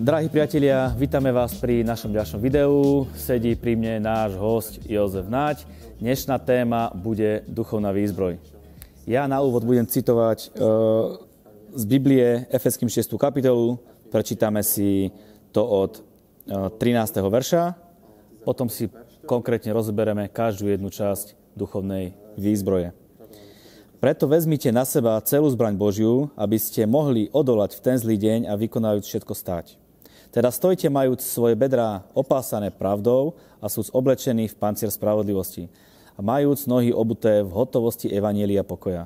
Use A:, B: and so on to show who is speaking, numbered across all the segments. A: Drahí priatelia, vítame vás pri našom ďalšom videu. Sedí pri mne náš host Jozef Naď. Dnešná téma bude duchovná výzbroj. Ja na úvod budem citovať e, z Biblie Efeským 6. kapitolu. Prečítame si to od e, 13. verša. Potom si konkrétne rozobereme každú jednu časť duchovnej výzbroje. Preto vezmite na seba celú zbraň Božiu, aby ste mohli odolať v ten zlý deň a vykonajúc všetko stáť. Teda stojte majúc svoje bedrá opásané pravdou a sú oblečení v pancier spravodlivosti a majúc nohy obuté v hotovosti Evanielia pokoja.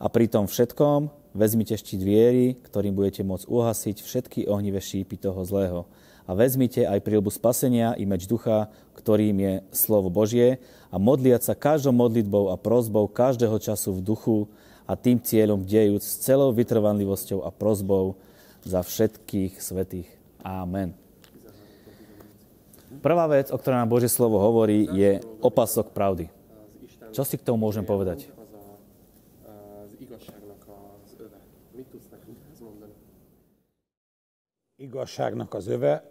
A: A pri tom všetkom vezmite štít viery, ktorým budete môcť uhasiť všetky ohnivé šípy toho zlého. A vezmite aj prílbu spasenia i meč ducha, ktorým je slovo Božie a modliať sa každou modlitbou a prozbou každého času v duchu a tým cieľom dejúc s celou vytrvanlivosťou a prozbou za všetkých svetých. Amen. Prvá vec, o ktorej nám Božie slovo hovorí, je opasok pravdy. Čo si k tomu môžem
B: Az,
A: povedať?
B: a, az igazságnak az öve. Mit tudsz nekünk ehhez mondani?
C: igazságnak az öve,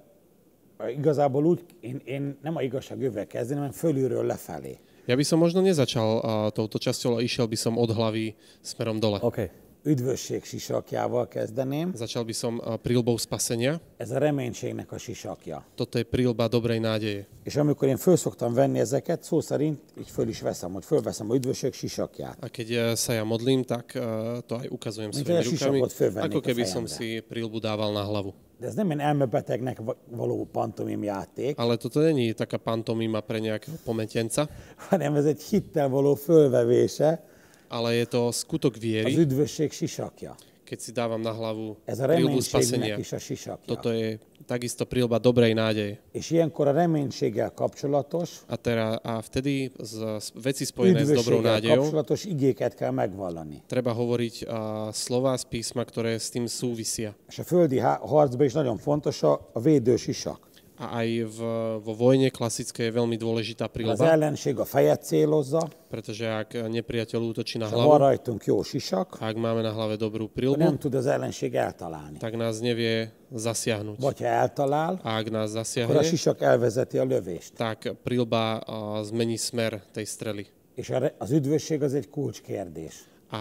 C: igazából úgy, én, én nem a igazság öve kezdeném, hanem fölülről lefelé.
D: Ja by som možno nezačal a, touto časťou, ale išiel by som od hlavy smerom dole.
A: OK.
C: Üdvösség sisakjával kezdeném,
D: Začal by som a, prílbou spasenia.
C: ez a reménységnek a sisakja.
D: Toto je prílba dobrej nádeje.
C: És amikor én föl szoktam venni ezeket, szó szerint így föl is veszem, hogy fölveszem a üdvösség sisakját.
D: A keď ja sa ja modlím, tak a, to aj ukazujem
C: Mint
D: svojimi
C: egy
D: rukami,
C: sisakot fölvennék
D: ako
C: a
D: keby som si
C: fejemre.
D: prílbu dával na hlavu.
C: De ez nem én elmebetegnek va- való pantomim játék,
D: Ale toto není taká pantomima pre nejakého pometenca,
C: hanem ez egy hittel való fölvevése
D: ale je to skutok
C: az
D: viery,
C: üdvösség sisakja.
D: keď si dávam na hlavu
C: Ez a
D: prílbu
C: reménységnek
D: spasenia.
C: is a sisakja.
D: Toto je takisto prílba dobrej nádeje.
C: És ilyenkor a reménységgel kapcsolatos,
D: A, teda, a vtedy z, z veci spojené s dobrou
C: üdvösséggel
D: nádejou
C: kapcsolatos igéket kell megvallani.
D: treba hovoriť a, slova z písma, ktoré s tým súvisia.
C: És a földi há- harcban is nagyon fontos a, a védősisak.
D: A aj v, vo vojne klasické je veľmi dôležitá
C: Az
D: prílba,
C: ellenség a fejet célozza,
D: pretože ak nepriateľ útočí na
C: ha van
D: hlavu,
C: rajtunk jó sisak,
D: ak máme na hlave dobrú
C: akkor nem
D: prílbu,
C: tud az ellenség eltalálni.
D: tak nás nevie zasiahnuť.
C: Vagy ha eltalál,
D: A ak nás
C: akkor a
D: zasiahne,
C: sisak elvezeti a lövést.
D: tak prílba a, zmení smer tej strely.
C: És a re- az üdvösség az egy kulcskérdés.
D: A,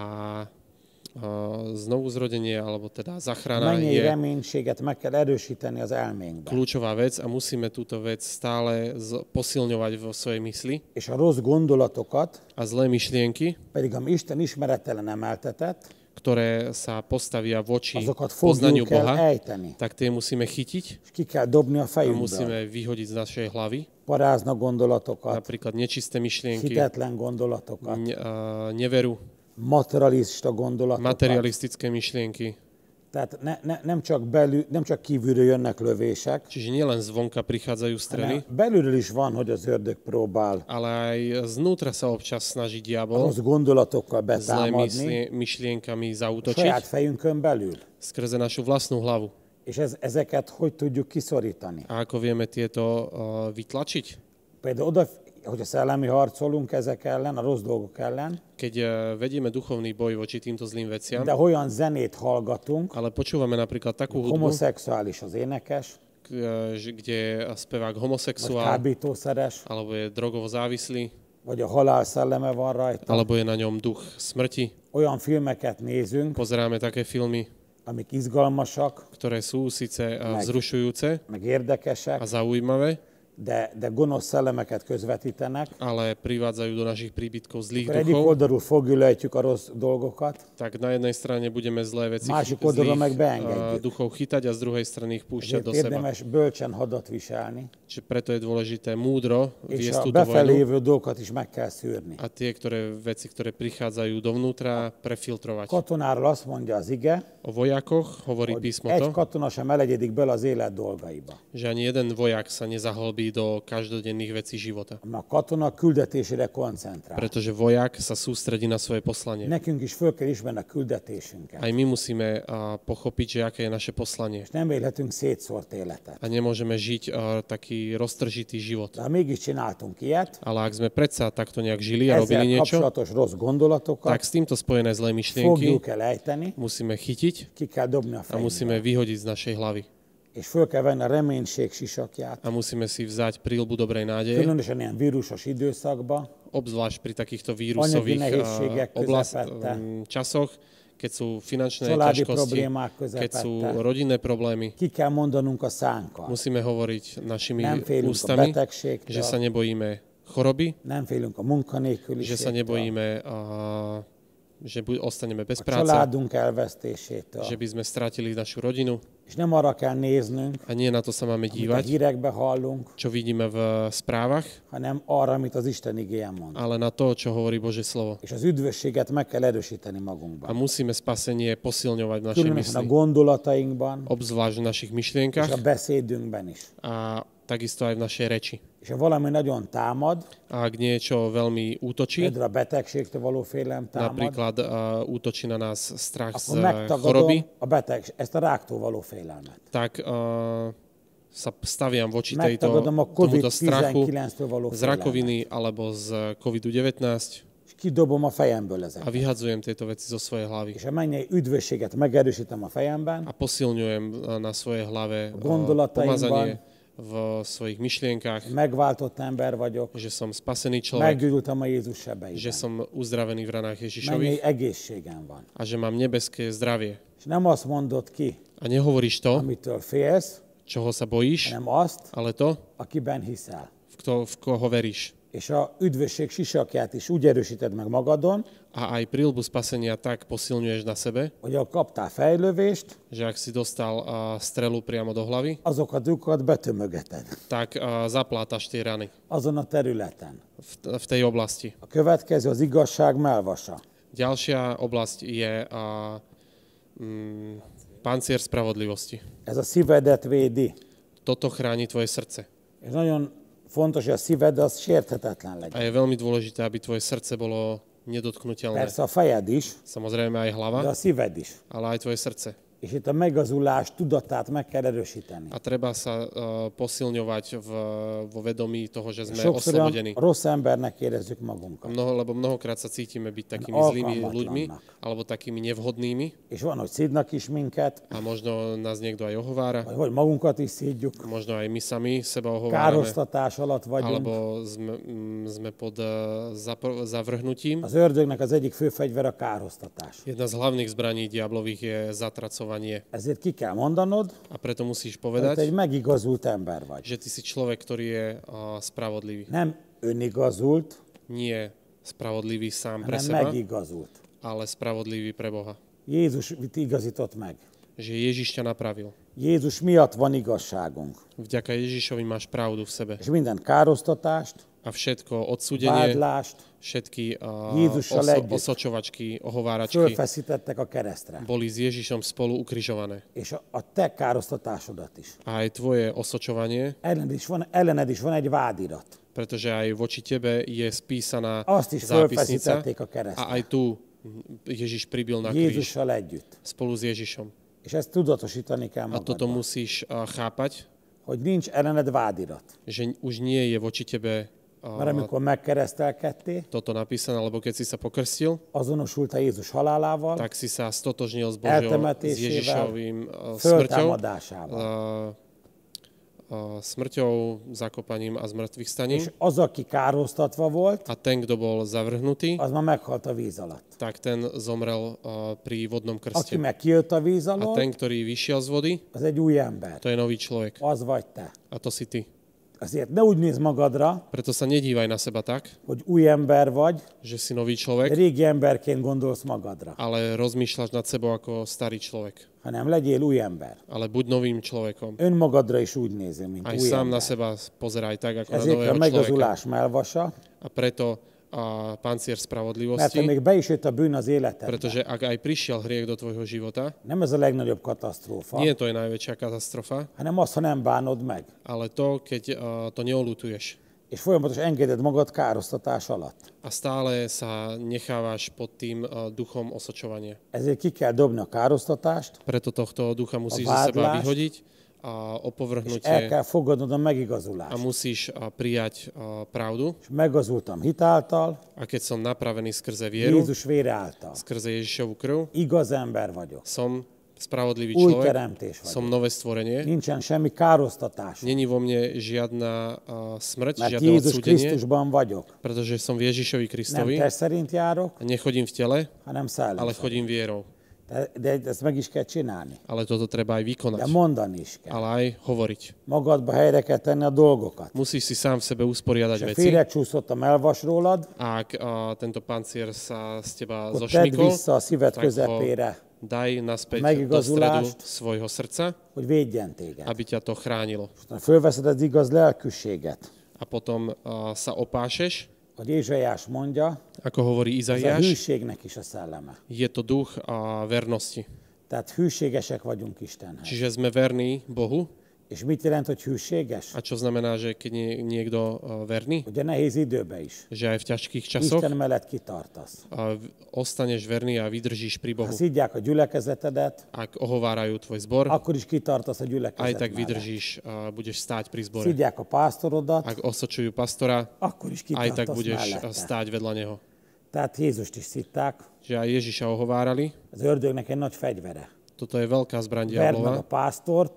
D: a znovuzrodenie, alebo teda zachrana
C: Mennyi
D: je
C: reménységet meg kell erősíteni az elménkben.
D: kľúčová vec a musíme túto vec stále z- posilňovať vo svojej mysli.
C: És a rossz gondolatokat
D: A zlé myšlienky,
C: pedig, ami Isten ismeretelen emeltetett,
D: ktoré sa postavia voči
C: azokat
D: poznaniu
C: fogjuk kell
D: Boha,
C: ejteni.
D: tak tie musíme chytiť
C: És ki kell dobni
D: a
C: a fejünkből.
D: musíme vyhodiť z našej hlavy.
C: Parázna gondolatokat,
D: Napríklad nečisté myšlienky,
C: hitetlen gondolatokat,
D: ne- a neveru,
C: materialista gondolatokat.
D: materialistické myšlienky.
C: Tehát ne, ne, nem, csak belül, nem csak kívülről jönnek lövések,
D: Čiže nielen zvonka prichádzajú strely,
C: hanem belülről is van, hogy az ördög próbál
D: ale aj znútra sa občas snaží diabol
C: rossz gondolatokkal
D: zlé
C: betámadni,
D: myslie, myšlienkami
C: saját
D: zautočiť
C: fejünkön belül.
D: skrze našu vlastnú hlavu.
C: És ez, ezeket hogy tudjuk kiszorítani?
D: A ako vieme tieto uh, vytlačiť?
C: Például oda, hogy a szellemi harcolunk ezek ellen, a rossz dolgok ellen,
D: Keď uh, vedieme duchovný boj voči týmto zlým veciam,
C: de olyan zenét hallgatunk,
D: ale počúvame napríklad takú hudbu,
C: homoszexuális az énekes,
D: k- eh, že- kde je spevák
C: vagy
D: homosexuál,
C: kábítószeres,
D: alebo je drogovo závislý,
C: vagy a halál szelleme van rajta.
D: alebo je na ňom duch smrti.
C: Olyan filmeket nézünk,
D: Pozeráme také filmy,
C: amik izgalmasak,
D: ktoré sú síce eh,
C: Meg.
D: vzrušujúce
C: meg érdekesek,
D: a zaujímavé,
C: de, de gonosz szellemeket közvetítenek.
D: ale privádzajú do našich príbytkov zlých
C: Akkor egyik
D: duchov,
C: oldalról fogülejtjük a rossz dolgokat,
D: tak na jednej strane budeme zlé veci chy-
C: Máš ako
D: zlých
C: dodomek
D: eh,
C: beengedjük.
D: duchov chytať a z druhej strany ich púšťať
C: ezért
D: do seba.
C: érdemes bölcsen hadat viselni,
D: Čiže preto je dôležité múdro
C: és
D: viesť
C: a
D: túto
C: befelé
D: vojnu
C: jövő dolgokat is meg kell szűrni.
D: a tie ktoré, veci, ktoré prichádzajú dovnútra, prefiltrovať.
C: Katonáról azt mondja az ige,
D: O vojakoch hovorí
C: hogy
D: písmo
C: egy
D: to,
C: katona sem elegyedik bele az élet dolgaiba.
D: že ani jeden vojak sa nezahlbí do každodenných vecí života.
C: Mert A katona küldetésére koncentrál.
D: Pretože vojak sa sústredí na svoje poslanie.
C: Nekünk is föl kell ismerni a küldetésünket,
D: Aj my musíme a, pochopiť, že aké je naše poslanie.
C: és nem élhetünk szétszórt életet.
D: A nemôžeme žiť a, taký roztržitý život.
C: De ha mégis csináltunk ilyet,
D: Ale ak sme predsa takto nejak žili a
C: ezzel
D: robili niečo,
C: kapcsolatos rossz
D: tak
C: gondolatokat
D: s týmto spojené zlé myšlienky
C: fogjuk el ejteni,
D: musíme chytiť
C: ki kell dobni
D: a
C: a fejünkbe.
D: musíme vyhodiť z našej hlavy.
C: és föl kell venni a reménység sisakját,
D: a musíme si vzáť prílbu dobrej nádeje,
C: különösen ilyen vírusos időszakban,
D: obzvlášť pri takýchto vírusových
C: Anyagi
D: eh,
C: nehézségek
D: oblast,
C: közepette.
D: mm, časoch, keď sú finančné
C: Családi
D: ťažkosti,
C: problémák
D: keď sú
C: közepette.
D: rodinné problémy.
C: ki kell mondanunk a szánkat.
D: Musíme hovoriť našimi
C: Nem félünk a
D: ústami,
C: betegségtől,
D: že sa nebojíme choroby,
C: nem félünk a
D: že sa
C: munkanélküliségtől,
D: nebojíme, a, že bu- ostaneme bez
C: a
D: práce,
C: családunk elvesztésétől.
D: že by sme strátili našu rodinu
C: És nem arra kell néznünk,
D: a nie na to sa máme
C: amit a
D: dívať,
C: hírekbe hallunk,
D: čo vidíme v eh, správach,
C: hanem arra, amit az Isten igéje mond.
D: ale na to, čo hovorí Božie slovo.
C: És az üdvösséget meg kell erősíteni
D: A
C: magunkban.
D: musíme spasenie posilňovať v našej mysli,
C: Különösen a gondolatainkban,
D: obzvlášť v našich
C: és a
D: myšlienkach
C: beszédünkben is.
D: a takisto aj v našej reči.
C: És ha valami nagyon támad,
D: A ak niečo veľmi útočí,
C: például a betegségtől való félelem támad,
D: napríklad a, útočí na nás strach z a,
C: akkor
D: choroby,
C: megtagadom a beteg, ezt a ráktól való félelmet.
D: tak a, sa staviam voči tejto,
C: Megtagadom a
D: tomuto strachu
C: COVID-19-től való
D: z
C: félelmet.
D: rakoviny alebo z COVID-19
C: És kidobom a fejemből
D: a
C: ezeket.
D: vyhadzujem tieto veci zo svojej hlavy
C: És a mennyei üdvösséget megerősítem a fejemben,
D: a posilňujem a, na svojej hlave a,
C: Gondolataimban.
D: pomazanie v svojich myšlienkách,
C: megváltott ember vagyok,
D: že som spasený človek,
C: meggyógyultam a Jézus
D: že
C: sebeiben.
D: som uzdravený v ranách
C: Mennyi
D: Ježišových
C: egészségem van.
D: a že mám nebeské zdravie.
C: És nem azt mondod ki,
D: A nehovoríš to,
C: amitől félsz,
D: čoho sa bojíš,
C: hanem azt,
D: ale to,
C: akiben hiszel.
D: v, kto, v koho veríš.
C: És a üdvösség sisakját is úgy erősíted meg magadon,
D: A aj prílbu spasenia tak posilňuješ na sebe,
C: hogy ha kaptál fejlövést,
D: že ak si dostal a, strelu priamo do hlavy,
C: azokat dukat betömögeted
D: tak a, zaplátaš tie rany
C: azon a területen.
D: v, v tej oblasti.
C: A következő az igazság melvasa.
D: Ďalšia oblasť je a, mm, pancier spravodlivosti.
C: Ez a szívedet védi.
D: Toto chráni tvoje srdce.
C: És nagyon fontos, hogy a szíved az sérthetetlen legyen.
D: A je veľmi dôležité, aby tvoje srdce bolo nedotknutelné.
C: Persze a fejed is,
D: Samozrejme aj hlava,
C: de a szíved is.
D: ale aj tvoje srdce.
C: És itt a megazulás tudatát meg kell erősíteni.
D: A treba sa uh, posilňovať v, vo vedomí toho, že sme
C: Sokszor
D: oslobodení.
C: olyan rossz embernek érezzük magunkat.
D: Mnoho, lebo mnohokrát sa cítime byť takými
C: No,
D: zlými
C: alkalmatlannak.
D: ľuďmi alebo takými nevhodnými
C: És van, hogy szidnak is minket,
D: a možno nás niekto aj ohovára,
C: vagy hogy magunkat is szídjuk.
D: možno aj my sami seba ohovárame
C: Károsztatás alatt vagyunk.
D: alebo sme, mm, sme pod uh, zapr- zavrhnutím.
C: Az ördögnek az egyik fő fegyver a károsztatás.
D: Jedna z hlavných zbraní diablových je zatracovanie
C: Ezért ki kell mondanod,
D: a preto musíš
C: hogy te egy
D: povedať,
C: megigazult ember vagy.
D: že ty si človek, ktorý je uh, spravodlivý.
C: Nem önigazult,
D: Nie spravodlivý sám pre
C: hanem
D: seba,
C: megigazult.
D: ale spravodlivý pre Boha.
C: Jézus mit igazított meg.
D: Že Ježiš ťa napravil.
C: Jézus miatt van igazságunk.
D: Vďaka Ježišovi máš pravdu v sebe.
C: És minden károsztatást,
D: A všetko odsúdenie,
C: vádlást
D: všetky a,
C: Jezuša
D: oso,
C: legyek.
D: osočovačky, ohováračky
C: fölfeszítettek a keresztre.
D: boli s Ježišom spolu ukrižované.
C: És a, a te károsztatásodat is.
D: A aj tvoje osočovanie,
C: Ellened is, van, ellened is van egy vádirat.
D: pretože aj voči tebe je spísaná
C: Azt is
D: zápisnica
C: fölfeszítették a keresztre.
D: a aj tu Ježiš pribil na kríž
C: Jézussal együtt.
D: spolu s Ježišom.
C: És ezt tudatosítani kell
D: A toto
C: magadban,
D: musíš a, chápať,
C: hogy nincs ellened vádirat.
D: že už nie je voči tebe a,
C: Mert amikor megkeresztelkedtél,
D: toto napísané, lebo keď si sa pokrstil,
C: azonosultál Jézus halálával,
D: tak si sa stotožnil s Božou, s
C: Eltemetésével,
D: Ježišovým eh, smrťou,
C: föltámadásával.
D: eh, eh, smrťou, zakopaním a zmrtvých staním.
C: És az, aki károsztatva volt,
D: A ten, kto bol zavrhnutý,
C: az már meghalt a víz alatt.
D: tak ten zomrel eh, pri vodnom
C: Aki
D: krste.
C: meg kijött a víz
D: A
C: alól,
D: ten, ktorý vyšiel z vody,
C: az egy új ember.
D: to je nový človek.
C: Az vagy te.
D: A to si ty.
C: Azért ne úgy néz magadra,
D: Preto sa nedívaj na seba tak,
C: hogy új ember vagy,
D: že si nový
C: de
D: človek,
C: régi emberként gondolsz magadra,
D: ale rozmýšľaš nad sebou ako starý človek.
C: hanem legyél új ember.
D: Ale buď novým človekom.
C: Önmagadra is úgy nézél, mint
D: Aj
C: új
D: sám na seba
C: ember.
D: pozeraj tak, ako na
C: Ezért kell
D: nového človeka.
C: megazulás melvasa,
D: A preto a pancier
C: mert ha
D: spravodlivosti,
C: még be is jött a bűn az életedbe.
D: pretože ak aj prišiel hriech do tvojho života,
C: Nem ez a legnagyobb katasztrófa,
D: nie to je najväčšia katastrofa,
C: hanem az, ha nem bánod meg,
D: ale to, keď a, to neolutuješ
C: és folyamatosan engeded magad károsztatás alatt.
D: a stále sa nechávaš pod tým a, duchom osočovania.
C: Ezért ki kell dobni a károsztatást,
D: Preto tohto ducha musíš
C: A
D: zo seba
C: vádláš?
D: vyhodiť a
C: és el
D: opovrhnutie
C: kell fogadnod a
D: a
C: megigazulást.
D: musíš a, prijať a, pravdu.
C: És megazultam hitáltal,
D: A keď som napravený skrze vieru,
C: Jézus vére által.
D: skrze Ježišovu krv,
C: Igaz ember vagyok.
D: som spravodlivý
C: Új
D: človek.
C: teremtés vagyok.
D: Som nové stvorenie.
C: Nincsen semmi károztatás,
D: Není vo mne žiadna a, smrť,
C: mert
D: žiadne
C: Jézus
D: odsúdenie,
C: Krisztusban vagyok.
D: pretože som v Ježišovi
C: Nem
D: Kristovi.
C: test szerint járok,
D: A Nechodím v tele, ale
C: hanem szellem.
D: chodím vierou.
C: De, de ezt meg is kell csinálni.
D: Ale toto treba aj vykonať,
C: De mondani is kell.
D: ale aj hovoriť.
C: Magadba helyre kell tenni a dolgokat.
D: Musíš si sám v sebe usporiadať
C: És ha
D: veci.
C: félrecsúszottam, elvas rólad,
D: A ak a, tento pancier sa z teba
C: Akkor tedd
D: zošmikol,
C: vissza a szíved
D: tak ho
C: közepére
D: daj naspäť do stredu
C: a megigazulást.
D: svojho srdca,
C: hogy védjen téged.
D: aby ťa to chránilo.
C: Fölveszed az igaz lelkűséget.
D: A potom a, sa opášeš,
C: Hogy Ézsaiás mondja,
D: ako hovorí
C: ez a
D: Izaiáš,
C: hűségnek is a szelleme.
D: je to duch a vernosti.
C: Tehát hűségesek vagyunk Istenhez.
D: Čiže sme verní Bohu.
C: És mit jelent, hogy hűséges?
D: A čo znamená, že keď nie, niekto a, verný,
C: Ugye nehéz időbe is.
D: že aj v ťažkých časoch
C: Isten mellett kitartasz.
D: a, v- ostaneš verný a vydržíš pri
C: Ha
D: Bohu.
C: szidják a gyülekezetedet,
D: Ak ohovárajú tvoj zbor,
C: akkor is kitartasz a
D: aj
C: gyülekezet
D: tak
C: mellett.
D: vydržíš a budeš stáť pri zbore.
C: Szidják a pásztorodat,
D: Ak osočujú pastora,
C: akkor is
D: aj tak
C: kitartasz
D: budeš a,
C: mellette.
D: stáť vedľa neho.
C: Tehát Jézust is szitták.
D: Že aj Ježiša ohovárali,
C: Az ördögnek egy nagy fegyvere.
D: toto je veľká zbraň
C: Verd meg a
D: diablova,
C: pásztort,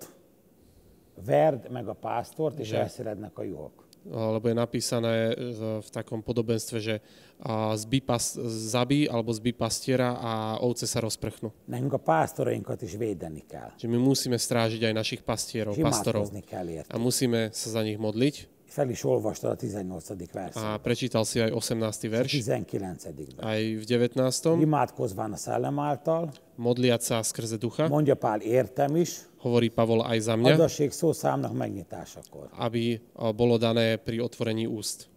C: verd meg a pásztort, és
D: Zse.
C: elszerednek a juhok.
D: lebo je napísané e, v v takom podobenstve, že a, zbí pas, zabí alebo zbí pastiera a ovce sa rozprchnú.
C: Nekünk a pásztorainkat is védeni kell.
D: Že my musíme strážiť aj našich pastierov,
C: És
D: pastorov
C: imádkozni kell
D: a
C: érte.
D: musíme sa za nich modliť.
C: Fel is olvastad a 18. verset.
D: A prečítal si aj 18. verš,
C: 19. ben
D: aj v 19.
C: Imádkozván a szellem által,
D: Modliať sa skrze ducha,
C: mondja Pál, értem is,
D: hovorí Pavol aj za mňa,
C: adasség szószámnak megnyitásakor.
D: aby a, bolo dané pri otvorení úst.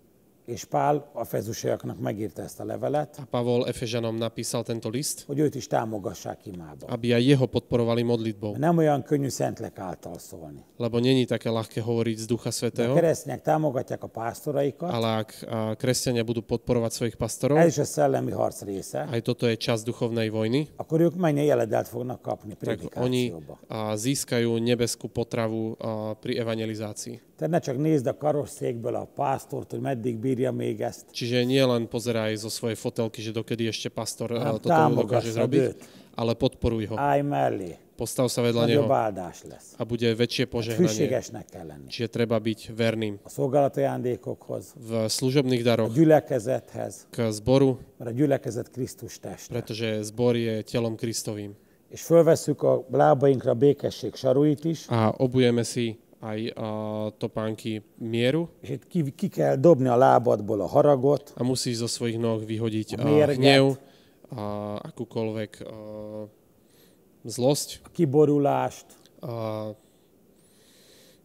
C: És Pál a fezusiaknak megírta ezt a levelet,
D: A Pavol Efežanom napísal tento list,
C: hogy őt is támogassák imába.
D: aby aj jeho podporovali modlitbou.
C: Nem olyan könnyű szentlek által szólni.
D: Lebo není také ľahké hovoriť z Ducha
C: A
D: Svetého,
C: keresztények támogatják a pásztoraikat,
D: ale ak a, kresťania budú podporovať svojich
C: ez
D: pastorov,
C: is a szellemi harc része,
D: aj toto je čas duchovnej vojny,
C: akkor ők mennyi jeledelt fognak kapni
D: tak oni
C: prédikációba.
D: a, získajú nebeskú potravu a, pri evangelizácii.
C: Tehát ne csak nézd a karosszékből a pásztort, hogy meddig bírja még ezt.
D: Čiže nie len pozeraj zo svojej fotelky, že dokedy ešte pastor a,
C: Tam
D: toto dokáže
C: támogaš sa,
D: zrobiť,
C: dőt.
D: ale podporuj ho.
C: Állj mellé,
D: Postav sa vedľa neho
C: nagyobb áldás lesz.
D: a bude väčšie požehnanie.
C: Hűségesnek kell lenni.
D: Čiže treba byť verným
C: A szolgálatajándékokhoz,
D: v služobných
C: a
D: daroch,
C: gyülekezethez,
D: k zboru,
C: mert a gyülekezet Krisztus teste.
D: pretože zbor je telom Kristovým.
C: És fölvesszük a lábainkra a békesség saruit is,
D: A obujeme si aj a, topánky mieru
C: és itt ki, ki kell dobni a lábadból a haragot,
D: a musíš zo svojich noh vyhodiť a,
C: Mierňať.
D: hnev, a, akúkoľvek a, zlosť,
C: a kiborulást,
D: a,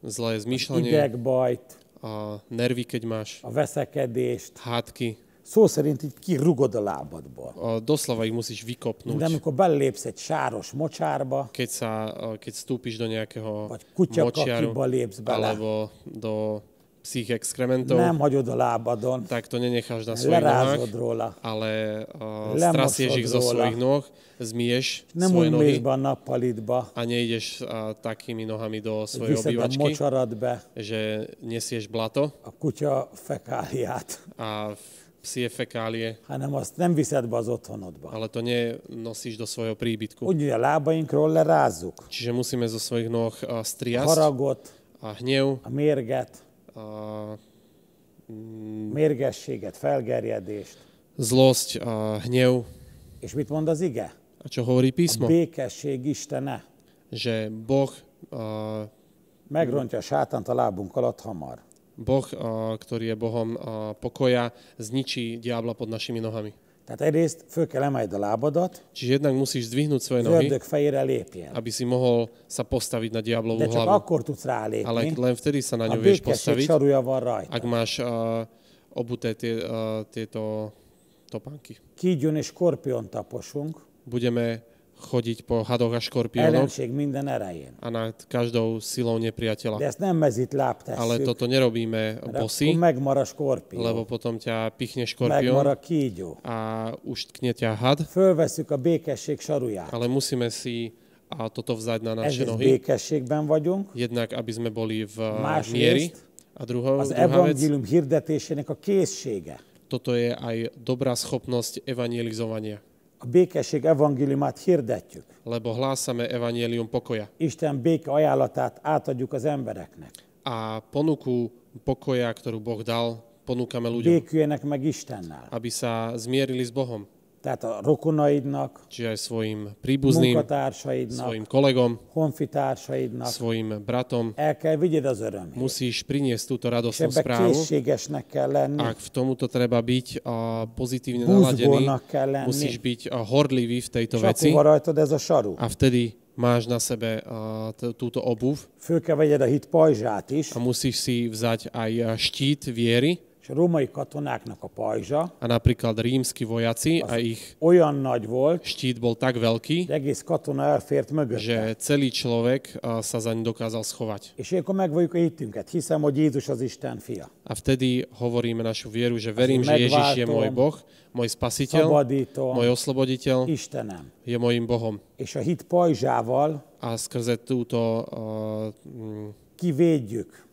D: zlé zmýšľanie,
C: idegbajt,
D: a nervy, keď máš,
C: a veszekedést.
D: hádky.
C: Szó szerint így kirugod a lábadból.
D: A, doslova ich musíš
C: De
D: vykopnúť.
C: amikor belépsz egy sáros mocsárba,
D: Keď, sa, a, keď vstúpiš do nejakého
C: Vagy kutyakakiba
D: močiaru
C: lépsz bele.
D: alebo do psích exkrementov,
C: nem hagyod a lábadon,
D: tak to nenecháš na svojich nohách.
C: lerázod róla,
D: ale uh,
C: Lemosod
D: strasieš ich zo
C: róla.
D: svojich nôh, zmieš
C: nem
D: svoje
C: úgy mész
D: nohy
C: be a nappalitba,
D: a nejdeš uh, takými nohami do
C: hogy
D: svojej
C: viszed a
D: obývačky,
C: mocsarad be
D: že nesieš blato
C: a kutya fekáliát,
D: a f- psie fekálie,
C: hanem azt nem viszed be az otthonodba.
D: ale to nenosíš do svojho príbytku.
C: Úgy a lábainkról lerázzuk,
D: Čiže musíme zo svojich nôh uh, striasť
C: haragot,
D: a hnev,
C: a mérget,
D: uh,
C: mérgességet, felgerjedést.
D: zlosť, uh, hnev.
C: És mit mond az ige?
D: A čo hovorí
C: A
D: písmo?
C: békesség Istene
D: Že Boh, uh,
C: megrontja a sátánt a lábunk alatt hamar.
D: boh uh, ktorý je Bohom uh, pokoja, zničí diabla pod našimi nohami.
C: Tehát egyrészt föl kell emeljd a lábadat,
D: Čiže jednak musíš zdvihnúť svoje
C: az
D: nohy,
C: ördög fejére lépjen.
D: aby si mohol sa postaviť na diablovú
C: De csak
D: hlavu.
C: akkor tudsz
D: Ale
C: rálépni,
D: len vtedy sa na
C: a
D: ňu vieš
C: békesség
D: postaviť,
C: sarúja van rajta.
D: ak máš uh, obuté tie, uh, tieto topánky.
C: Kígyón és skorpion taposunk,
D: Budeme chodiť po hadoch a škorpiónoch
C: ellenség minden erején.
D: a nad každou silou
C: De
D: nepriateľa.
C: ezt nem mezít láb
D: Ale
C: tesszük,
D: toto nerobíme
C: mert akkor
D: bosy,
C: megmar a skorpió,
D: lebo potom ťa pichne
C: megmar
D: škorpión
C: a kígyó.
D: a už tkne ťa had,
C: Fölveszük a békesség saruját.
D: ale musíme si a toto vzdať na naše
C: Ezért
D: nohy.
C: békességben vagyunk.
D: Jednak, aby sme boli v
C: Máš
D: miery.
C: list?
D: A druhou,
C: Az
D: druhá vec,
C: evangélium hirdetésének a készsége.
D: toto je aj dobrá schopnosť evangelizovania.
C: a békesség evangéliumát hirdetjük.
D: lebo hlásame evanielium pokoja
C: Isten béke ajánlatát átadjuk az embereknek.
D: a ponuku pokoja, ktorú Boh dal, ponúkame ľuďom,
C: Béküljenek meg Istennel.
D: aby sa zmierili s Bohom,
C: Tehát a rokonaidnak,
D: čiže aj svojim príbuzným,
C: munkatársaidnak,
D: svojim kolegom,
C: honfitársaidnak.
D: svojim bratom.
C: El kell vigyed az örömét.
D: Musíš priniesť túto
C: És
D: radosnú
C: ebbe
D: správu.
C: készségesnek kell lenni.
D: Ak v tomuto treba byť a pozitívne
C: Búzgónak
D: naladený,
C: kell lenni.
D: musíš byť a, horlivý v tejto
C: És
D: veci
C: akkor van rajtad ez a saru.
D: a vtedy máš na sebe a, t- túto obuv
C: Föl kell vegyed a hit pajzsát is,
D: a musíš si vzať aj a, štít viery
C: és a római katonáknak a pajzsa
D: a napríklad rímsky vojaci a ich
C: olyan nagy volt,
D: štít bol tak veľký,
C: hogy egész katona elfért mögötte.
D: že celý človek a, sa zaň dokázal schovať.
C: És ilyenkor megvalljuk a hitünket. Hiszem, hogy Jézus az Isten fia.
D: A vtedy hovoríme našu vieru, že verím, že Ježiš je
C: megváltom,
D: môj Boh, môj spasiteľ,
C: Szabadítom,
D: môj osloboditeľ,
C: Istenem.
D: je môjim Bohom.
C: És a hit pajzsával
D: A skrze túto a, mm,
C: kivédjük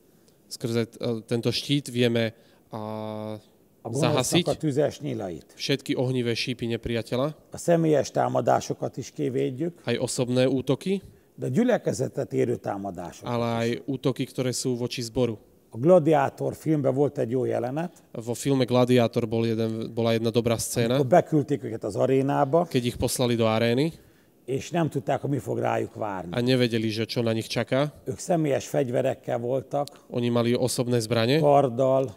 D: skrze t- tento štít vieme a
C: a
D: zahasiť
C: gonosznak a tüzes nyilait.
D: všetky ohnivé šípy nepriateľa,
C: A személyes támadásokat is kivédjük,
D: aj osobné útoky,
C: de a gyülekezetet érő támadásokat.
D: ale aj útoky, ktoré sú voči zboru.
C: A Gladiátor filmben volt egy jó jelenet,
D: Vo filme Gladiátor bol jeden, bola jedna dobrá
C: akkor
D: scéna,
C: beküldték őket az arénába,
D: keď ich poslali do arény
C: és nem tudták, hogy mi fog rájuk várni.
D: a nevedeli, že čo na nich čaká.
C: Ők személyes fegyverekkel voltak,
D: Oni mali osobné zbranie,
C: karddal,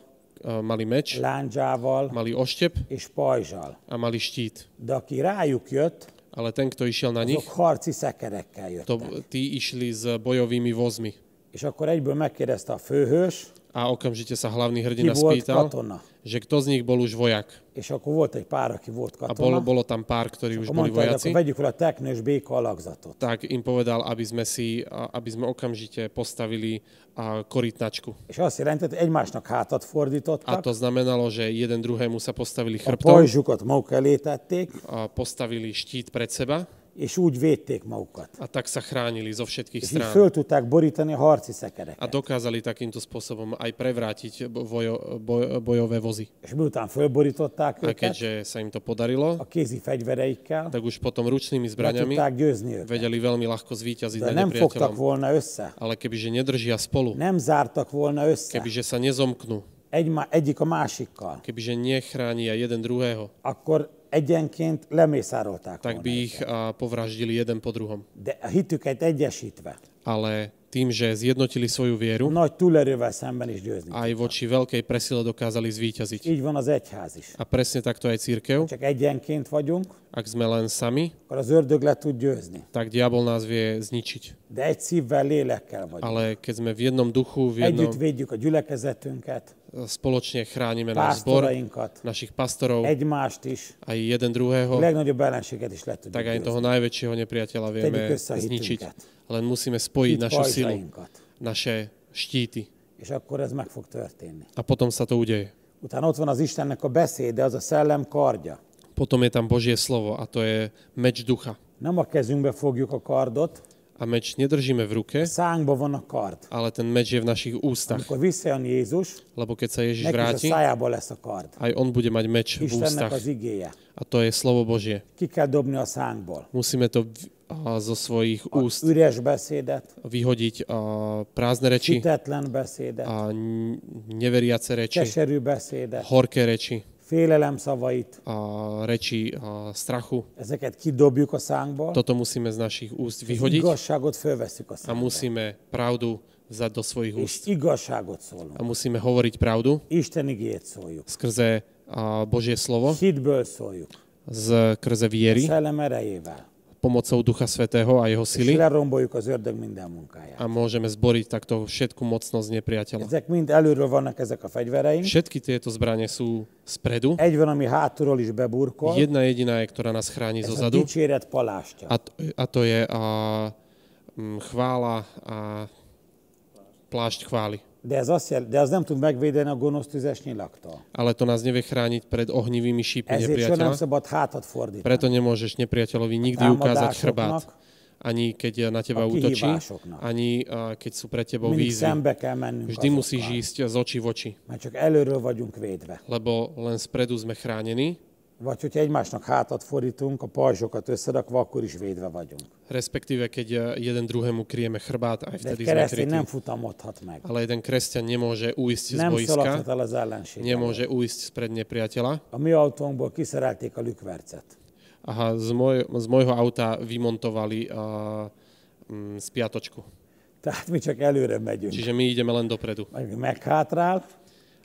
D: a mali meč,
C: lándzsával
D: mali oštep
C: és pajzsal.
D: a mali štít.
C: De aki rájuk jött,
D: Ale ten, kto išiel na nich,
C: azok harci szekerekkel
D: to,
C: jöttek.
D: tí išli s bojovými vozmi.
C: És akkor egyből megkérdezte a főhős,
D: A okamžite sa hlavný
C: ki
D: hrdina
C: volt
D: spýtal,
C: katona.
D: že kto z nich bol už vojak.
C: És akkor volt egy pár, aki volt
D: A bolo,
C: katona.
D: bolo tam pár, ktorí už
C: Akkor
D: boli
C: mondta, hogy akkor
D: vojaci.
C: vegyük fel a teknős béka alakzatot.
D: Tak im povedal, aby sme si, a- aby sme okamžite postavili a, korytnačku.
C: És azt jelentett, hogy egymásnak hátat
D: A
C: fordítottak,
D: to znamenalo, že jeden druhému sa postavili
C: a
D: chrbtom,
C: pajzsukat maguk elé tették,
D: a postavili štít pred seba
C: és úgy védték magukat.
D: a tak sa chránili zo všetkých
C: És így
D: strán.
C: föl tudták borítani a harci szekereket.
D: A dokázali takýmto spôsobom aj prevrátiť bo- vojo, boj, bojové vozy.
C: És miután fölborították
D: A
C: őket,
D: keďže sa im to podarilo,
C: a kézi fegyvereikkel
D: tak už potom ručnými
C: le
D: zbraniami
C: tudták győzni őket.
D: vedeli veľmi ľahko zvíťaziť
C: De
D: nad
C: nem fogtak
D: nepriateľom.
C: volna össze,
D: Ale kebyže nedržia spolu,
C: nem zártak volna össze
D: kebyže sa nezomknú,
C: egymá, egyik a másikkal,
D: kebyže nechránia jeden druhého,
C: akkor egyenként lemészárolták
D: tak
C: volna.
D: by ich a, povraždili jeden po druhom.
C: De a hitüket egyesítve,
D: Ale tým, že zjednotili svoju vieru,
C: nagy túlerővel szemben is győzni.
D: aj voči veľkej presile dokázali zvíťaziť.
C: Így van az egyház is.
D: A presne takto aj církev,
C: Csak egyenként vagyunk,
D: ak sme len sami,
C: akkor az ördög le tud győzni.
D: tak diabol nás vie zničiť.
C: De egy szívvel, lélekkel vagyunk.
D: Ale keď sme v jednom duchu, v jednom, e,
C: Együtt védjük a gyülekezetünket,
D: spoločne chránime náš zbor,
C: pásztorainkat,
D: našich pastorov,
C: egymást is,
D: aj jeden
C: a
D: druhého,
C: legnagyobb ellenséget is le tudjuk
D: tak aj
C: győzni.
D: toho najväčšieho nepriateľa vieme
C: Vtedy kösza
D: zničiť.
C: hitünket.
D: Len musíme spojiť
C: Itt
D: našu silu,
C: pajzsainkat.
D: naše štíty.
C: És akkor ez meg fog történni.
D: A potom sa to udeje.
C: Utána ott van az Istennek a beszéde, az a szellem kardja.
D: Potom je tam Božie slovo a to je meč ducha.
C: Nem a kezünkbe fogjuk a kardot,
D: A meč nedržíme v ruke,
C: szánkba van a kard.
D: ale ten meč je v našich ústach.
C: Amikor visszajön Jézus,
D: Lebo keď sa Ježiš
C: neki is a
D: vráti,
C: szájába lesz a kard.
D: aj on bude mať meč v ústach.
C: Istennek az igéje.
D: A to je slovo Božie.
C: Ki kell dobni a szánkból.
D: Musíme to v- a zo svojich úst
C: Üres beszédet,
D: vyhodiť a prázdne reči,
C: hitetlen beszédet,
D: a n- neveriace reči,
C: keserű beszédet,
D: horké reči,
C: félelem szavait.
D: a reči a strachu.
C: Ezeket kidobjuk a szánkból,
D: Toto musíme z našich úst
C: és
D: vyhodiť
C: igazságot fölveszük a
D: a
C: szánkból.
D: musíme pravdu vzať do svojich úst.
C: És
D: A
C: igazságot szólunk.
D: musíme hovoriť pravdu
C: Isten igéjét szóljuk.
D: skrze a Božie slovo,
C: Hitből szóljuk.
D: skrze viery,
C: Szellem erejével.
D: pomocou Ducha Svetého a jeho
C: És
D: sily
C: leromboljuk az ördög minden munkáját.
D: a môžeme zboriť takto všetku mocnosť nepriateľa.
C: Ezek mind előről vannak ezek a fegyvereink.
D: Všetky tieto zbranie sú spredu.
C: Egy van, ami hátulról is beburkol.
D: Jedna jediná je, ktorá nás chráni zo
C: Ez a
D: zadu.
C: dicséret palástja.
D: A, t- a to je a, mm, chvála a plášť chvály.
C: De ez, azt jel, de az nem tud megvédeni a gonosz tüzes nyilaktól.
D: Ale to nás nevie chrániť pred ohnivými šípmi
C: Ezért soha nem
D: nepriateľa.
C: szabad hátat fordítani.
D: Preto nemôžeš nepriateľovi nikdy ukázať chrbát. Ani keď na teba
C: A
D: útočí,
C: kihívásoknak.
D: ani a, keď sú pre tebou
C: Mindig
D: výzvy.
C: szembe kell mennünk
D: Vždy musíš
C: azokkal,
D: ísť z očí v oči,
C: mert csak előről vagyunk védve.
D: lebo len spredu sme chránení
C: Vagy hogyha egymásnak hátat fordítunk, a pajzsokat összerakva, akkor is védve vagyunk.
D: Respektíve, keď eh, jeden druhému kryjeme chrbát, aj
C: De egy
D: vtedy sme
C: keresztény
D: krytí.
C: nem futamodhat meg.
D: Ale jeden kresťan nemôže uísť z
C: Nem szaladhat
D: boiska,
C: el az ellenség.
D: nemôže uísť spred nepriateľa.
C: A mi autónkból kiszerelték a lükvercet.
D: Aha, z, moj, z môjho auta vymontovali a, mm, spiatočku.
C: Tehát mi csak előre megyünk.
D: Čiže my ideme len dopredu.
C: Meg- Meghátrál,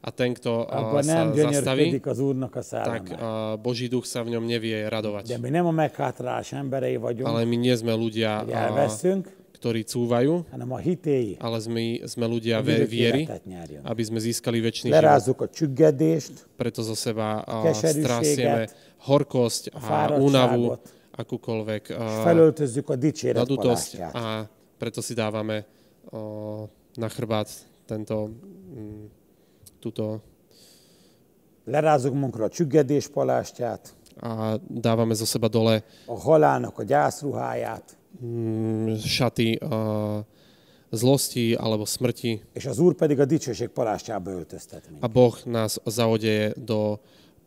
D: A ten, kto a,
C: abban nem
D: sa zastaví,
C: gyönyörködik az Úrnak
D: tak
C: a szelleme.
D: a, Boží duch sa v ňom nevie
C: De
D: radovať.
C: mi nem a meghátrálás emberei vagyunk,
D: Ale my nie sme ľudia,
C: hogy
D: a,
C: elveszünk,
D: ktorí cúvajú,
C: hanem a hitéi
D: ale my sme ľudia ve
C: üdvös
D: viery,
C: életet nyerjünk.
D: aby sme získali väčší život.
C: Lerázzuk a csüggedést,
D: Preto zo seba a,
C: keserűséget,
D: strásieme horkosť a
C: fáradtságot,
D: únavu, akúkoľvek a,
C: felöltözzük a dicséret
D: nadutosť
C: palástját.
D: a preto si dávame o, na chrbát tento, mm, túto
C: Lerázzuk munkra a csüggedés palástját,
D: a dávame zo seba dole
C: a halálnak a gyászruháját,
D: mm, šaty a, zlosti alebo smrti
C: és az Úr pedig a dicsőség palástjába öltöztet minket.
D: a Boh nás zaodeje do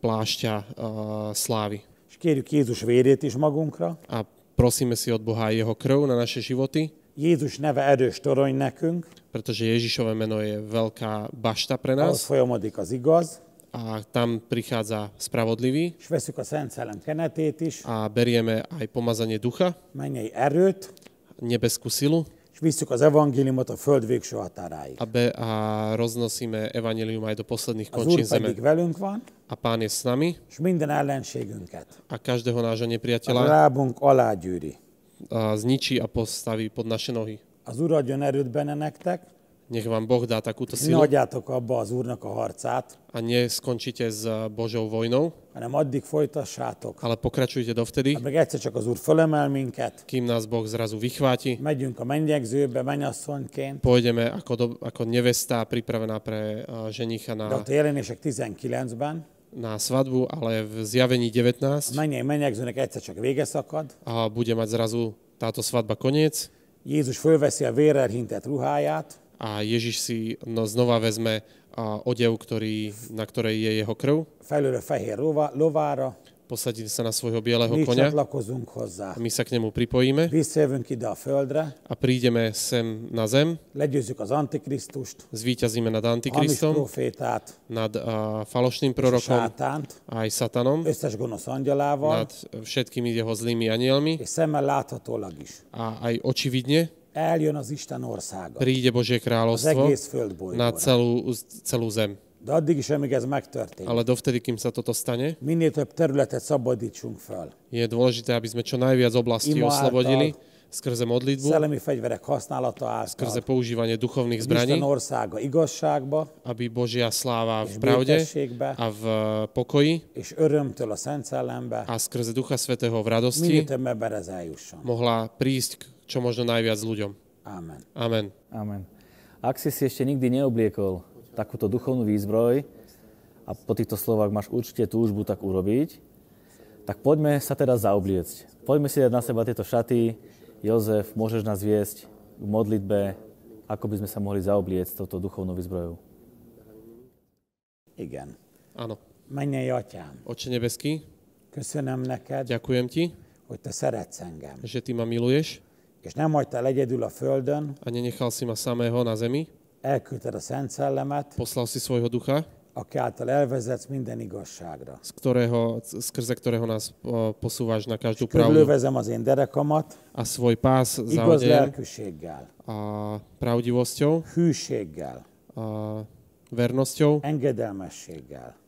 D: plášťa a, slávy.
C: És kérjük Jézus vérét is magunkra.
D: A prosíme si od Boha aj jeho krv na naše životy,
C: Jézus neve erős torony nekünk,
D: pretože Ježišové meno je veľká bašta pre
C: ahhoz
D: nás
C: folyamodik az igaz,
D: a tam prichádza spravodlivý
C: és veszük a Szent Szellem kenetét is,
D: a berieme aj pomazanie ducha,
C: mennyei erőt,
D: nebeskú silu
C: és visszük az evangéliumot a föld végső határáig.
D: a, be, a roznosíme evanelium aj do posledných
C: Az Úr
D: končín
C: pedig
D: zeme.
C: velünk van,
D: A pán je s nami
C: és minden ellenségünket
D: a každého nášho
C: a
D: nepriateľa
C: lábunk alá gyűri.
D: a zničí a postaví pod naše nohy.
C: Az Úr adjon erőt benne nektek,
D: Nech vám Boh dá takúto
C: ne
D: silu
C: adjátok abba az Úrnak a harcát,
D: a neskončíte s Božou vojnou,
C: hanem addig folytassátok,
D: ale pokračujte dovtedy,
C: amíg egyszer csak az Úr fölemel minket,
D: kým nás Boh zrazu vychváti.
C: megyünk a mennyegzőbe mennyasszonyként,
D: Pôjdeme ako, do, ako nevesta pripravená pre a, ženicha
C: de
D: na,
C: ott a jelenések 19-ben,
D: na svadbu, ale v zjavení
C: a
D: 19
C: mennyei mennyegzőnek egyszer csak vége szakad,
D: a bude mať zrazu táto svadba koniec
C: Jézus fölveszi a vérrel hintett ruháját,
D: a Ježiš si no, znova vezme a, odev, ktorý, na ktorej je jeho krv,
C: felül a fehér rova- lovára,
D: posadí sa na svojho bieleho
C: mi
D: konia
C: csatlakozunk
D: a
C: hozzá.
D: my sa k nemu pripojíme
C: Visszajövünk ide a földre,
D: a prídeme sem na zem,
C: legyőzzük az Antikrisztust,
D: zvíťazíme nad
C: hamis
D: Antikristom,
C: profétát,
D: nad a, falošným
C: a
D: prorokom,
C: sátánt,
D: aj satanom,
C: összes gonosz angyalával,
D: nad všetkými jeho zlými anielmi
C: és szemmel láthatólag is.
D: a aj očividne
C: Eljön az Isten országa,
D: príde Božie
C: az
D: kráľovstvo
C: egész földbolygóra.
D: na celú, celú zem.
C: De addig is, amíg ez megtörténik,
D: Ale dovtedy, kým sa toto stane,
C: minél több területet szabadítsunk fel.
D: je dôležité, aby sme čo najviac oblastí
C: Ima
D: oslobodili skrze modlitbu,
C: Szellemi fegyverek használata
D: skrze
C: által.
D: používanie duchovných
C: Az Isten
D: zbraní,
C: országa igazságba
D: aby Božia sláva v
C: és
D: pravde
C: békességbe
D: a v eh, pokoji
C: és örömtől a Szent Szellembe
D: a skrze Ducha Svetého v radosti
C: minél több ember ez eljusson.
D: mohla prísť k čo možno najviac ľuďom.
C: Amen.
D: Amen.
A: Amen. Ak si si ešte nikdy neobliekol takúto duchovnú výzbroj a po týchto slovách máš určite túžbu tak urobiť, tak poďme sa teda zaobliecť. Poďme si dať na seba tieto šaty. Jozef, môžeš nás viesť k modlitbe, ako by sme sa mohli zaobliecť touto duchovnou výzbrojou.
C: Igen.
D: Áno.
C: Menjen, Atyám,
D: Oče nebeský,
C: köszönöm neked,
D: ďakujem ti,
C: hogy te szeretsz engem,
D: že ty ma miluješ
C: és nem hagytál egyedül a földön,
D: a nenechal si ma samého na zemi.
C: elküldted a Szent Szellemet,
D: Poslal si svojho ducha,
C: aki által elvezetsz minden igazságra.
D: z ktorého, c- skrze ktorého nás o, posúvaš na každú pravdu.
C: Körülövezem az én derekamat,
D: A svoj pás
C: igaz
D: zaodejem
C: lelkűséggel,
D: a pravdivosťou,
C: hűséggel,
D: a vernosťou,
C: engedelmességgel.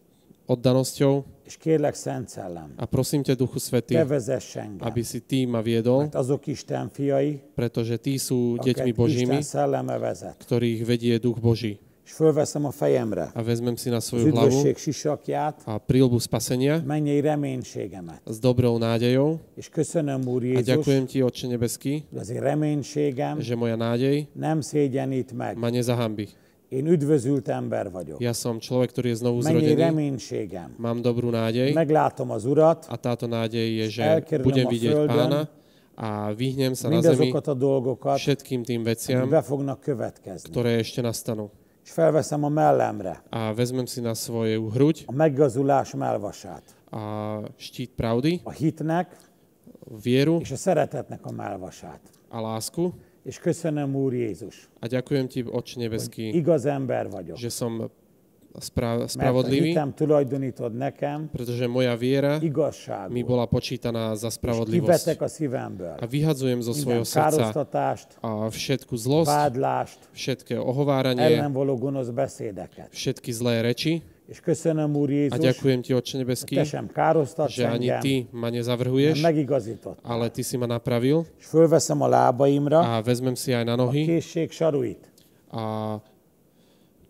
D: oddanosťou.
C: És kérlek, Szent Szellem,
D: A prosím ťa, Duchu Svetý,
C: te vezess engem,
D: aby si ty ma viedol,
C: mert azok Isten fiai,
D: pretože tí sú deťmi
C: akiket Isten
D: Božími,
C: szelleme vezet.
D: ktorých vedie Duch Boží.
C: És fölveszem a fejemre
D: A vezmem si na
C: az
D: svoju hlavu
C: üdvösség sisakját,
D: a prílbu spasenia
C: mennyei reménységemet.
D: s dobrou nádejou.
C: És köszönöm, Úr
D: A
C: Jézus,
D: ďakujem ti, Otče nebeský,
C: hogy az én reménységem
D: že moja nádej
C: nem szégyenít meg.
D: ma nezahambi.
C: Én üdvözült ember vagyok.
D: Ja som človek, ktorý je znovu
C: Mennyi
D: zrodený,
C: reménységem.
D: mám dobrú nádej
C: Meglátom az Urat,
D: a táto nádej je, že
C: Elkerülöm
D: budem
C: a
D: vidieť
C: földön
D: pána a vyhnem sa na zemi
C: mindazokat a dolgokat,
D: všetkým tým
C: amik
D: veciam,
C: be fognak következni.
D: ktoré ešte nastanú.
C: És felveszem a mellemre
D: A vezmem si na svoju hruď
C: a meggazulás melvasát,
D: a a štít pravdy,
C: a hitnek
D: vieru
C: és a szeretetnek a málvasát.
D: a lásku.
C: És köszönöm, Úr Jézus,
D: A ďakujem ti, Oče nebeský,
C: igaz ember vagyok.
D: že som spra-
C: Mert a
D: spravodlivý,
C: hitem tulajdonítod nekem
D: pretože moja viera mi
C: igazságot.
D: bola počítaná za
C: Kivetek
D: spravodlivosť.
C: a szívemből
D: Hát A vyhadzujem zo
C: minden
D: svojho srdca
C: károsztatást,
D: a všetku zlosť,
C: vádlást,
D: všetké ohováranie,
C: ellen való gonosz beszédeket.
D: všetky zlé reči.
C: És köszönöm, Úr
D: A
C: Jézus,
D: ďakujem ti, Oče nebeský,
C: te sem károztatsz
D: že ani
C: engem,
D: ty ma nezavrhuješ,
C: hanem megigazított.
D: ale ty si ma napravil
C: És fölveszem a lábaimra
D: a vezmem si aj na
C: a
D: nohy
C: készség saruit,
D: a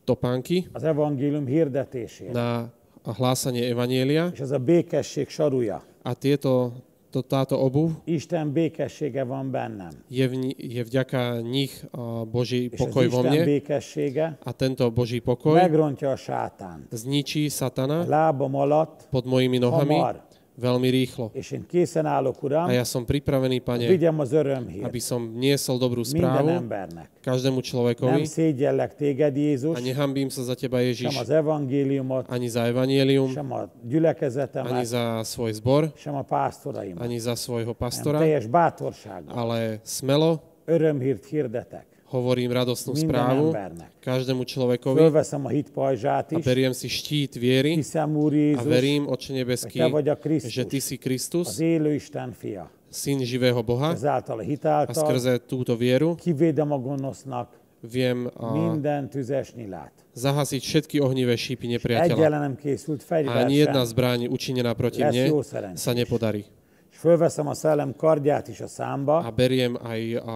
D: topánky
C: az evangélium hirdetését,
D: na hlásanie Evanielia
C: és ez a békesség saruja.
D: a tieto, to, táto obuv
C: Isten békessége van bennem.
D: je, v, ni- je vďaka nich a Boží
C: És az
D: pokoj vo
C: Isten
D: mne
C: békessége
D: a tento Boží pokoj
C: megrontja a sátánt.
D: zničí
C: A
D: satana
C: lábam alatt,
D: pod mojimi nohami
C: Hamar.
D: veľmi rýchlo.
C: és én készen állok,
D: A
C: Uram,
D: ja som pripravený, Pane,
C: vigyem az
D: aby
C: örömhírt
D: som niesol dobrú
C: minden
D: správu
C: embernek.
D: každému
C: Nem
D: človekovi
C: szégyellek
D: a
C: téged, Jézus,
D: nehambím sa za Teba,
C: sem
D: Ježiš,
C: az evangéliumot,
D: ani za Evanielium,
C: sem a
D: ani
C: gyülekezetemet,
D: za svoj zbor,
C: sem a pásztoraimat.
D: ani za svojho
C: Nem,
D: pastora,
C: teljes bátorsággal.
D: ale smelo
C: Örömhírt hirdetek
D: hovorím radostnú
C: minden
D: správu
C: embernek.
D: každému človekovi
C: Fölveszem a hit pajzsát
D: a
C: is,
D: beriem si štít viery
C: hiszem, Úr
D: a
C: Jézus,
D: verím, Oče nebeský,
C: Te vagy a Krisztus.
D: že Ty si
C: az
D: Kristus,
C: élő Isten fia.
D: Syn živého Boha
C: Ezáltal a
D: a
C: hitáltal
D: skrze túto vieru
C: kivédem a gonosznak
D: viem a,
C: minden tüzes nyilát.
D: zahasiť všetky ohnivé šípy
C: Egy
D: nepriateľa.
C: ellenem készült
D: A
C: fegyver
D: ani jedna
C: sem,
D: zbraň učinená proti
C: Lesz
D: mne
C: jó szerencsés.
D: sa nepodarí.
C: és fölveszem a szellem kardját is a
D: A
C: számba,
D: beriem aj a,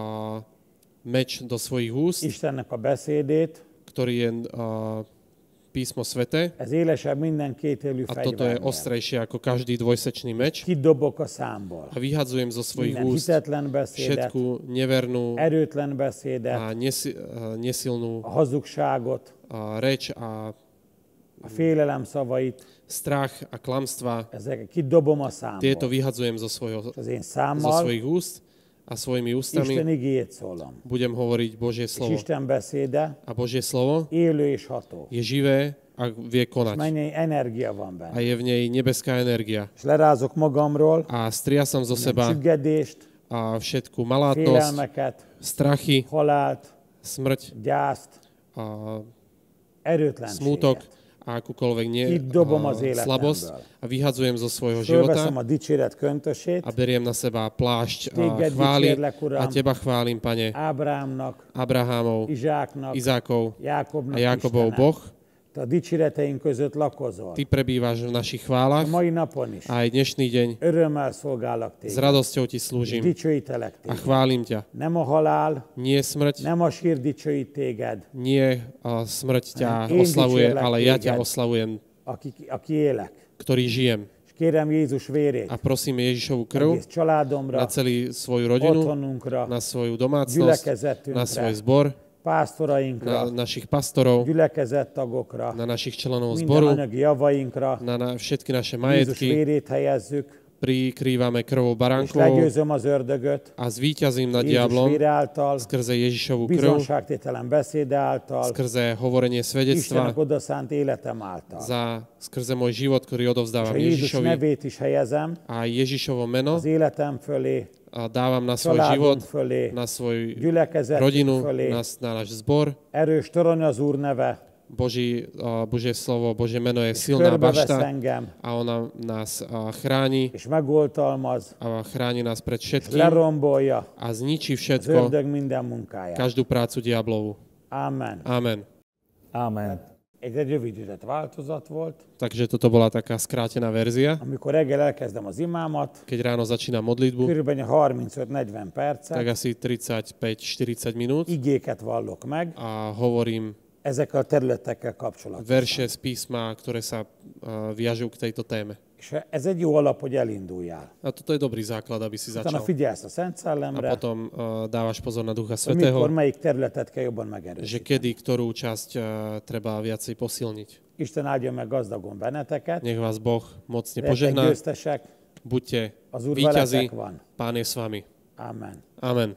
D: meč do svojich úst,
C: Istennek a beszédét,
D: ktorý je a, písmo svete.
C: ez élesebb minden kétélű
D: A toto je
C: fegyvernél.
D: ostrejšie ako každý dvojsečný meč.
C: Kidobok a számból
D: A vyhadzujem zo svojich
C: minden
D: úst
C: hitetlen beszédet,
D: všetku nevernú
C: erőtlen beszédet,
D: a nesi, a nesilnú
C: a hazugságot,
D: a reč a
C: a félelem szavait,
D: strach a klamstva.
C: ezeket kidobom a számból.
D: Tieto vyhadzujem zo, svojho,
C: És az én
D: zo
C: számmal
D: svojich úst a svojimi ústami
C: Isten igéjét szólom.
D: budem hovoriť Božie
C: És
D: slovo.
C: Isten beszéde
D: A Božie slovo
C: élő és ható.
D: je živé a vie
C: És
D: konať.
C: mennyi energia van benne.
D: A je v nej nebeská energia.
C: És lerázok magamról
D: A striasam zo seba
C: csüggedést,
D: a všetku malátnosť,
C: félelmeket,
D: strachy,
C: halált,
D: smrť,
C: gyászt,
D: a
C: erőtlenséget.
D: smútok a akúkoľvek nie,
C: Kidobom
D: a
C: az életemből.
D: slabosť a vyhadzujem zo svojho života
C: Fölveszem a dicséret köntösét,
D: a beriem na seba plášť a
C: Téged
D: chváli
C: dicsérlek, Uram.
D: a teba chválim, pane,
C: Ábrámnak,
D: Abrahámov,
C: Izsáknak,
D: Izákov a
C: Jákobnak
D: Jakobov
C: Istenem.
D: Boh.
C: Te a dicséreteink között lakozol.
D: Ty prebývaš v našich
C: A
D: chválach
C: mai napon is.
D: a aj dnešný deň
C: Örömmel szolgálak
D: s
C: téged.
D: radosťou ti
C: és
D: slúžim a
C: Dicsőítelek téged.
D: chválim ťa.
C: Nem a halál,
D: Nie smrť,
C: nem a sír dicsőít téged,
D: nie a smrť ťa
C: Én
D: oslavuje,
C: dicsérlek
D: ale ja ťa
C: téged.
D: oslavujem,
C: aki, aki élek.
D: ktorý žijem.
C: És kérem Jézus vérét
D: A prosím Ježišovu krv
C: egész családomra,
D: na celý svoju rodinu,
C: otthonunkra,
D: na svoju domácnosť,
C: Gyülekezetünkre.
D: na svoj zbor,
C: pásztorainkra,
D: na našich pastorov,
C: gyülekezett tagokra,
D: na našich členov
C: minden
D: zboru,
C: anyagi javainkra,
D: na, na všetky naše
C: Jézus
D: majetky,
C: vérét helyezzük,
D: prikrývame krvou
C: és
D: baránkovou
C: legyőzöm az ördögöt,
D: a zvíťazím nad
C: Jézus
D: diablom
C: vére által,
D: skrze Ježišovu krv,
C: bizonságtételen beszéde által,
D: skrze hovorenie svedectva,
C: Istennek odaszánt életem által.
D: za, skrze môj život, ktorý
C: És
D: odovzdávam
C: a Jézus
D: Ježišovi
C: nevét is helyezem
D: a Ježišovo meno
C: az életem fölé,
D: a dávam na svoj život,
C: családom fölé,
D: na svoju
C: gyülekezetünk
D: rodinu,
C: fölé,
D: na, na náš zbor.
C: erős torony az Úr neve,
D: Boží, a Božie slovo, Božie meno je silná
C: körbevesz
D: bašta
C: engem,
D: a ona nás a, chráni
C: és megoltalmaz,
D: a chráni nás pred
C: és
D: všetkým
C: lerombolja
D: a zničí
C: az
D: všetko,
C: ördög minden munkáját.
D: každú prácu diablovu.
C: Amen.
D: Amen.
A: Amen.
C: Ez egy rövidített változat volt.
D: Takže toto bola taká skrátená verzia.
C: Amikor reggel elkezdem az imámat,
D: Keď ráno začínam modlitbu,
C: körülbelül 35-40
D: tak
C: percet
D: asi 35-40 minút
C: igéket vallok meg,
D: a hovorím
C: ezekkel a területekkel kapcsolatban.
D: verše z písma, ktoré sa a, viažú k tejto téme.
C: És ez egy jó alap, hogy elinduljál.
D: A toto je dobrý základ, aby si
C: Utána
D: začal.
C: figyelsz a
D: A
C: Szent Szellemre,
D: potom a, dávaš pozor na Ducha
C: hogy mikor
D: Svetého,
C: melyik területet kell jobban
D: že
C: megerősíteni.
D: kedy ktorú časť a, treba viacej posilniť.
C: Isten áldja meg gazdagon benneteket,
D: Nech vás Boh mocne
C: legyetek
D: požehná,
C: győztesek,
D: buďte
C: az Úr
D: víťazi,
C: veletek van.
D: Pán je s vami.
C: Amen.
D: Amen.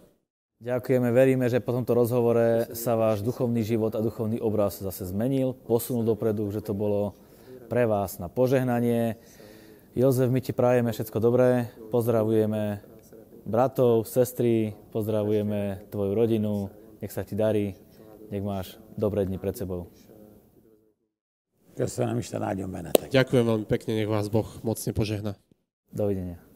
A: Ďakujeme, veríme, že po tomto rozhovore sa váš duchovný život a duchovný obraz zase zmenil, posunul dopredu, že to bolo pre vás na požehnanie. Jozef, my ti prajeme všetko dobré, pozdravujeme bratov, sestry, pozdravujeme tvoju rodinu, nech sa ti darí, nech máš dobré dni pred sebou.
C: Köszönöm, Isten áldjon benneteket.
D: Ďakujem veľmi pekne, nech vás Boh mocne požehná.
A: Dovidenia.